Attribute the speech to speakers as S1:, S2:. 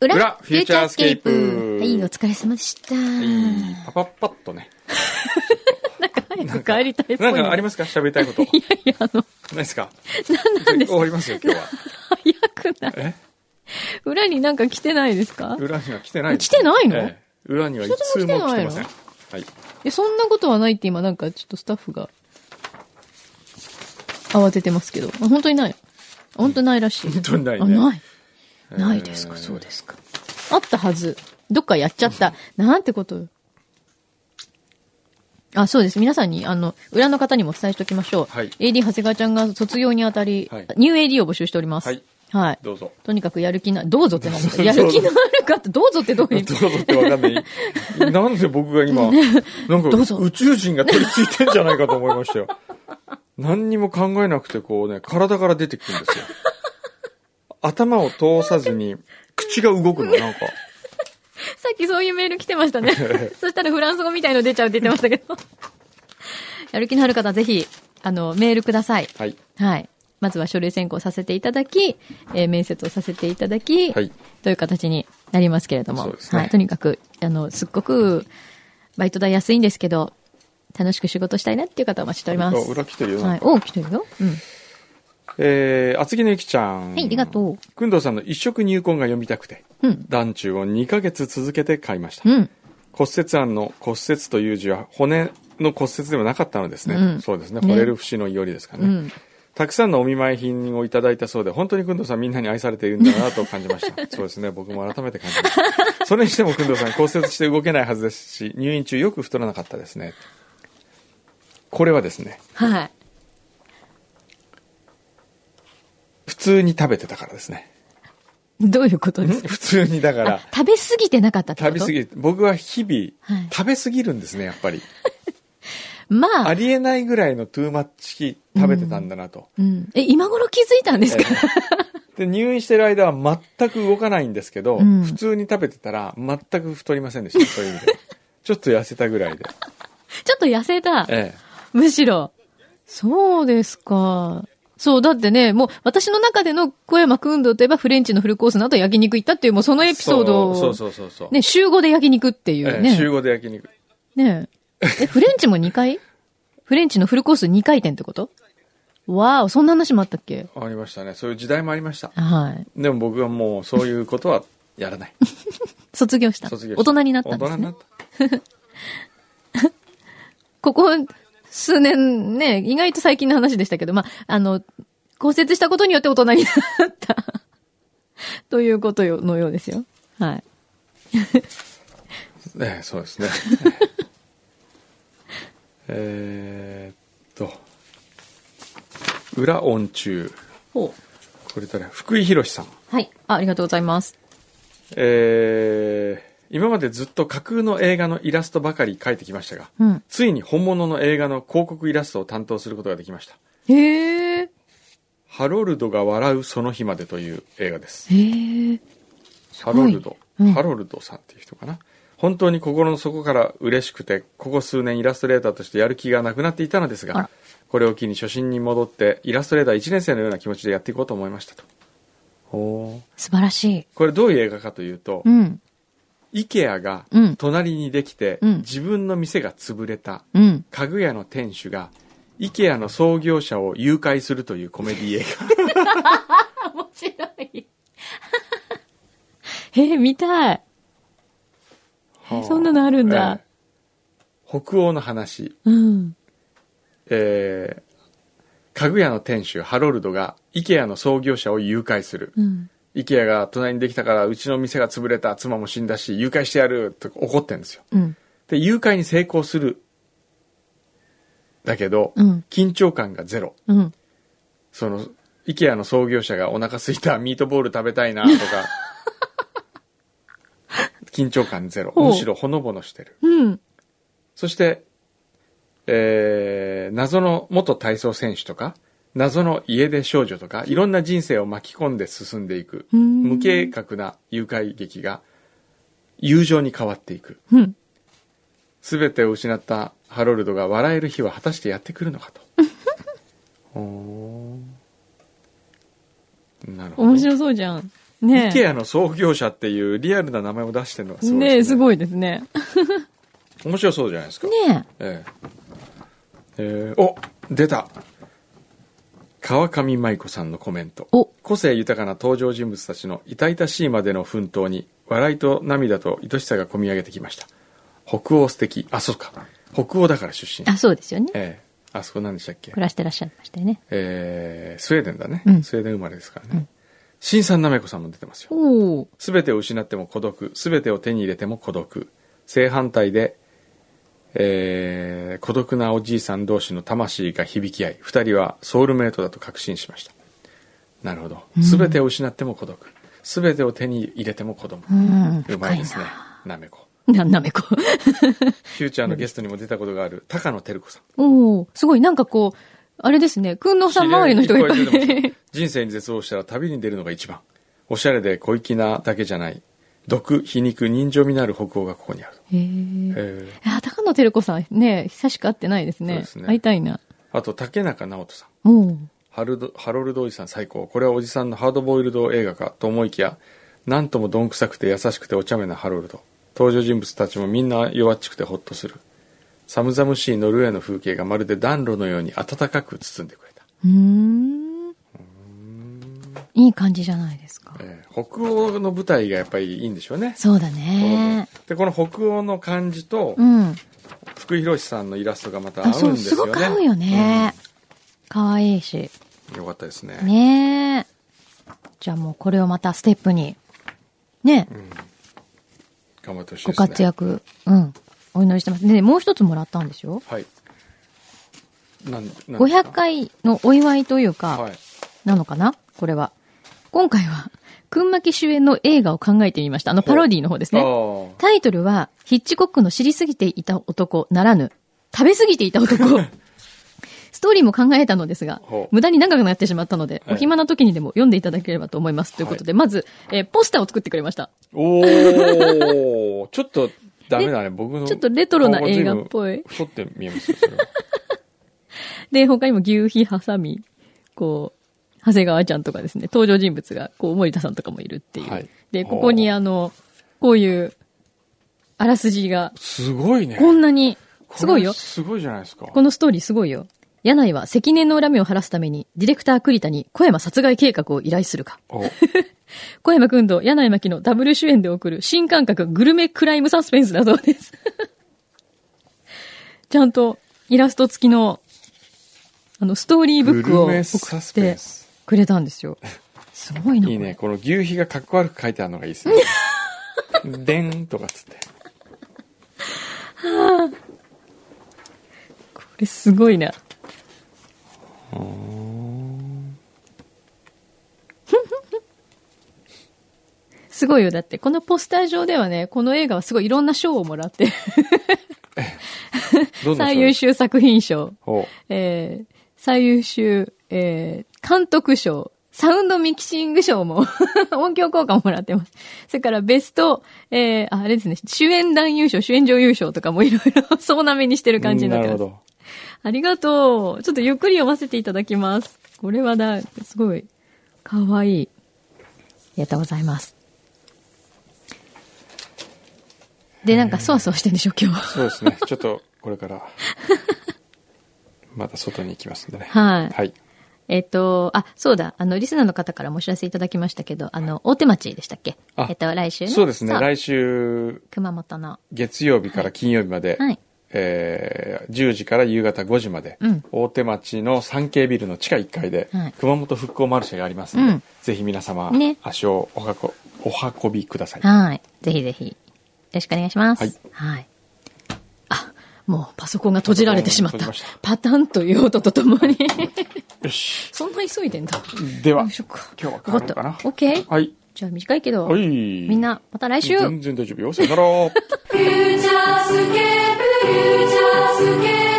S1: 裏
S2: 裏フューチャースケープ
S1: フューチャースケープはい、お疲れ様でした。
S2: はいパパッパッとね。
S1: なんか帰りたいっぽ
S2: ないん
S1: ね。
S2: かありますか喋りたいこと。ない
S1: や いや、あの、
S2: いですか
S1: なんなんです
S2: 終
S1: か
S2: わりますよ、今日は。
S1: 早くない。
S2: え
S1: 裏になんか来てないですか
S2: 裏には来てないです
S1: 来てないの
S2: ええ裏には一通も来てません。
S1: 一
S2: はい。
S1: え、そんなことはないって今なんかちょっとスタッフが慌ててますけど。あ本当にない。本当ないらしい。
S2: 本当にないね
S1: あ、ない。
S2: えー
S1: ないですか、そうですか。あったはず。どっかやっちゃった。なんてことよあ、そうです。皆さんに、あの、裏の方にもお伝えしておきましょう。
S2: はい
S1: AD 長谷川ちゃんが卒業にあたり、
S2: はい
S1: ニュー AD を募集しております。
S2: はい
S1: はい。
S2: どうぞ。
S1: とにかくやる気な、どうぞ ってなんですか
S2: ど
S1: や
S2: うぞ
S1: る気のある方、どうぞってどう
S2: ど
S1: いうう意
S2: ぞ
S1: 味
S2: ってわかんない。 なんで僕が今、
S1: ど
S2: なん
S1: う
S2: か
S1: ぞ
S2: 宇宙人が取り付いてんじゃないかと思いました よ。何にも考えなくてこうね、体から出てくるんですよ。頭を通さずに、口が動くの、なんか。
S1: さっきそういうメール来てま したね。そしたらフランス語みたいの出ちゃうって言ってましたけど。やる気のある方、ぜひ、あの、メールください。
S2: はい。
S1: はい。まずは書類選考させていただき、えー面接をさせていただき、
S2: はい
S1: という形になりますけれども、
S2: そうですね
S1: はい。とにかく、あの、すっごく、バイト代安いんですけど、楽しく仕事したいなっていう方をお待ちしております。
S2: あ裏来てるよ
S1: はい。おう、来てるよ。うん。
S2: えー、厚木のゆきちゃん。
S1: はいありがとう。
S2: くんどうさんの一色入魂が読みたくて、
S1: うん。
S2: 団中を2ヶ月続けて買いました。
S1: うん。
S2: 骨折案の骨折という字は骨の骨折ではなかったのですね。
S1: うん
S2: そうですね。
S1: ね
S2: 惚れる節のいおりですかね。
S1: うん。
S2: たくさんのお見舞い品をいただいたそうで、本当にくんどうさんみんなに愛されているんだなと感じま した。そうですね。僕も改めて感じました。それにしてもくんどうさん骨折して動けないはずですし、入院中よく太らなかったですね。これはですね、
S1: はい。
S2: 普通に食べてたからですね。
S1: どういうことですか
S2: 普通にだから
S1: あ。食べ過ぎてなかったってこ
S2: 食
S1: と
S2: べ過ぎ僕は日々、
S1: はい
S2: 食べ過ぎるんですねやっぱり
S1: まあ、
S2: ありえないぐらいのトゥーマッチ食べてたんだなと、
S1: うん。え、今頃気づいたんですか、
S2: で入院してる間は全く動かないんですけど、
S1: うん
S2: 普通に食べてたら全く太りませんでしたそういう 意味でちょっと痩せたぐらいで、
S1: ちょっと痩せた。
S2: ええ、
S1: むしろ。そうですか。そう、だってね、もう私の中での小山くんどうといえばフレンチのフルコースの後焼肉行ったっていう、もうそのエピソードを、
S2: そうそうそうそうそう、
S1: ね、週5で焼肉っていう
S2: ええ
S1: ね。
S2: 週5で焼肉
S1: ねえ。え、フレンチも2回フレンチのフルコース2回転ってことわーお、そんな話もあったっけ
S2: ありましたねそういう時代もありました
S1: はい。
S2: でも僕はもうそういうことはやらない
S1: 卒業した。
S2: 卒業
S1: 大人になったんで
S2: 大
S1: す
S2: 人にな
S1: ね
S2: っ。た
S1: ここ数年ね、意外と最近の話でしたけど、まあ、あの、骨折したことによって大人になった。 ということよのようですよ。はい。
S2: ええ、そうですね。 えーっと、裏音中。
S1: ほ
S2: これ誰福井博さん。
S1: う。はい。あ、ありがとうございます。
S2: えー今までずっと架空の映画のイラストばかり描いてきましたが、
S1: うん。
S2: ついに本物の映画の広告イラストを担当することができました。
S1: へえ。
S2: ハロルドが笑うその日までという映画です。
S1: へえ。
S2: ハロルド、
S1: うん
S2: ハロルドさんっていう人かな。本当に心の底から嬉しくて、ここ数年イラストレーターとしてやる気がなくなっていたのです
S1: あ
S2: が
S1: ら、
S2: これを機に初心に戻って、イラストレーター1年生のような気持ちでやっていこうと思いましたと。ほう
S1: 素晴らしい。
S2: これどういう映画かというと、
S1: うん。
S2: IKEA が
S1: うん
S2: 隣にできて、
S1: うん
S2: 自分の店が潰れた
S1: うん。
S2: 家具屋の店主が、IKEA の創業者を誘拐するというコメディ映画。
S1: 面白い。 へえ、見たい。
S2: はあ
S1: そんなのあるんだ。
S2: ええ北欧の話。
S1: うん。
S2: えー家具屋の店主ハロルドが IKEA の創業者を誘拐する、
S1: うん。
S2: IKEA が隣にできたからうちの店が潰れた妻も死んだし誘拐してやると怒ってるんですよ
S1: うん。
S2: で誘拐に成功するだけど、
S1: うん
S2: 緊張感がゼロ
S1: うん。
S2: その IKEA の創業者がお腹すいたミートボール食べたいなと か緊張感ゼロ
S1: ほう
S2: むしろほのぼのしてる
S1: うん。
S2: そして、えー謎の元体操選手とか、謎の家出少女とか、いろんな人生を巻き込んで進んでいく、
S1: うん
S2: 無計画な誘拐劇が、友情に変わっていく。
S1: うん。
S2: すべてを失ったハロルドが笑える日は果たしてやってくる のかと。ほーなるほど。
S1: 面白そうじゃん。ねえ
S2: IKEA の創業者っていうリアルな名前を出してるのがすごい
S1: ねえ、す
S2: い。
S1: ごいですね。
S2: 面白そうじゃないですか。
S1: ね
S2: えええーお出た川上舞子さんのコメント
S1: お
S2: 個性豊かな登場人物たちの痛々しいまでの奮闘に笑いと涙と愛しさが込み上げてきました北欧素敵あそうか北欧だから出身
S1: え。あ、そうですよね。
S2: ええあそこ何でしたっけ
S1: 暮らしてらっしゃいましたよね。
S2: えースウェーデンだね、
S1: うん
S2: スウェーデン生まれですからね、新さんなめこさんも出てますよ
S1: おお。
S2: すべてを失っても孤独、すべてを手に入れても孤独。正反対で、えー孤独なおじいさん同士の魂が響き合い、二人はソウルメイトだと確信しました。なるほど。すべてを失っても孤独。すべてを手に入れても子供。
S1: うん。
S2: うまいですね。なめこ。
S1: 深いな。な、なめこ。
S2: フューチャーのゲストにも出たことがある、高野照子さん。
S1: おお。すごい、なんかこう、あれですね。くんのさん周りの人がいっぱ
S2: 知り合出てま
S1: い。
S2: す人生に絶望したら旅に出るのが一番。おしゃれで小粋なだけじゃない。毒、皮肉、人情味のある北欧がここにある。
S1: へえ。
S2: えー
S1: あ、高野照子さん、ね、久しく会ってないです
S2: そう
S1: ね。
S2: ですね
S1: 会いたいな。
S2: あと、竹中直人さん。
S1: おお。
S2: ハルドハロルド・おじさん最高。これはおじさんのハードボイルド映画かと思いきや、なんともどんくさくて優しくてお茶目なハロルド。登場人物たちもみんな弱っちくてほっとする。寒々しいノルウェーの風景がまるで暖炉のように暖かく包んでくれた。
S1: うーん。いい感じじゃないですか。
S2: えー北欧の舞台がやっぱりいいんでしょうね。
S1: そうだね。
S2: で、この北欧の感じと
S1: う、ん。
S2: 福井博さんのイラストがまた
S1: あ、
S2: 合う
S1: そ
S2: ん
S1: う、
S2: です
S1: すご
S2: よね。
S1: く合うよね。可愛いし。
S2: うん。よかったですね。
S1: ねえ。じゃあもうこれをまたステップに、ね、
S2: 頑張ってほしい
S1: ご
S2: ですね。
S1: 活躍、うん、お祈りしてます。で、もう一つもらったんですよ。
S2: はい。なん、なんですか
S1: 500回のお祝いという
S2: は
S1: か、
S2: い。
S1: なのかなこれは。今回は、くんまき主演の映画を考えてみました。あの、パロディの方ですね。
S2: ああ。
S1: タイトルは、ヒッチコックの知りすぎていた男ならぬ、食べすぎていた 男。ストーリーも考えたのですが
S2: ほ、う
S1: 無駄に長くなってしまったので、
S2: はい
S1: お暇な時にでも読んでいただければと思います。ということで、まず、えーポスターを作ってくれました。
S2: お お、ちょっとダメだね、僕の。
S1: ちょっとレトロな映画っぽい。
S2: 太って見えますよ、それは。
S1: で、他にも牛皮ハサミ、こう、長谷川ちゃんとかですね、登場人物が、こう、森田さんとかもいるっていう。
S2: はい
S1: で、ここに
S2: ほう
S1: あの、こういう、あらすじが、
S2: すごいね。
S1: こんなに、
S2: これ
S1: すごいよ。
S2: すごいじゃないですか。
S1: このストーリーすごいよ。柳井は積年の恨みを晴らすために、ディレクター栗田に小山殺害計画を依頼するか。
S2: お
S1: 小山くんと柳井真紀のダブル主演で送る新感覚グルメクライムサスペンスだそうです。 ちゃんとイラスト付きの、あの、ストーリーブックを
S2: グルメ
S1: 送
S2: サ
S1: っ
S2: スペ
S1: て
S2: ンス
S1: くれたんですよ。すごいな。
S2: いい
S1: これ
S2: ね、この牛皮がかっこ悪く書いてあるのがいいで すね。でんとかつって。
S1: これすごいな。 すごいよ。だって、このポスター上ではね、この映画はすごいいろんな賞をもらってる、
S2: どんな
S1: 最優秀作品賞、
S2: お
S1: えー、最優秀、えー、監督賞、サウンドミキシング賞も、 音響効果ももらってます。それからベスト、えー、ああれですね、主演男優賞、主演女優賞とかもいろいろ 総なめにしてる感じにな
S2: な
S1: ってま
S2: るほ
S1: す。
S2: ど。
S1: ありがとう。ちょっとゆっくり読ませていただきます。これはだ、すごい、かわいい。ありがとうございます。で、なんか、そわそわしてんでしょ、今日。
S2: そうですね、ちょっとこれ から、また外に行きますんでね。
S1: はい
S2: はい。
S1: えっと、あ、そうだ、あの、リスナーの方からもお知らせいただきましたけど、あの、大手町でしたっけ
S2: あ
S1: えっと、来週ね。
S2: そうですね、
S1: そ
S2: 来週、
S1: 熊本の。
S2: 月曜日から金曜日まで、
S1: はい
S2: えー10時から夕方5時まで、
S1: うん
S2: 大手町の三景ビルの地下1階で、
S1: はい
S2: 熊本復興マルシェがありますので、
S1: うん
S2: ぜひ皆様、
S1: ね
S2: 足をおはこお運びください。
S1: はい。ぜひぜひ。よろしくお願いします。
S2: はい。
S1: あ、もうパソコンが閉じられてしまった。
S2: パソコンが閉じま
S1: パタンという音とともに。
S2: よし。
S1: そんな急いでんだ。
S2: では、
S1: よいしょ
S2: 今
S1: か
S2: 日は帰ろうかな。
S1: わかった OK
S2: はい。
S1: じゃあ短いけど、
S2: はい。
S1: みんなまた来週
S2: 全然大丈夫よ。さよな
S3: 「
S2: ら。
S3: フューチャースケープフューチャースケープル」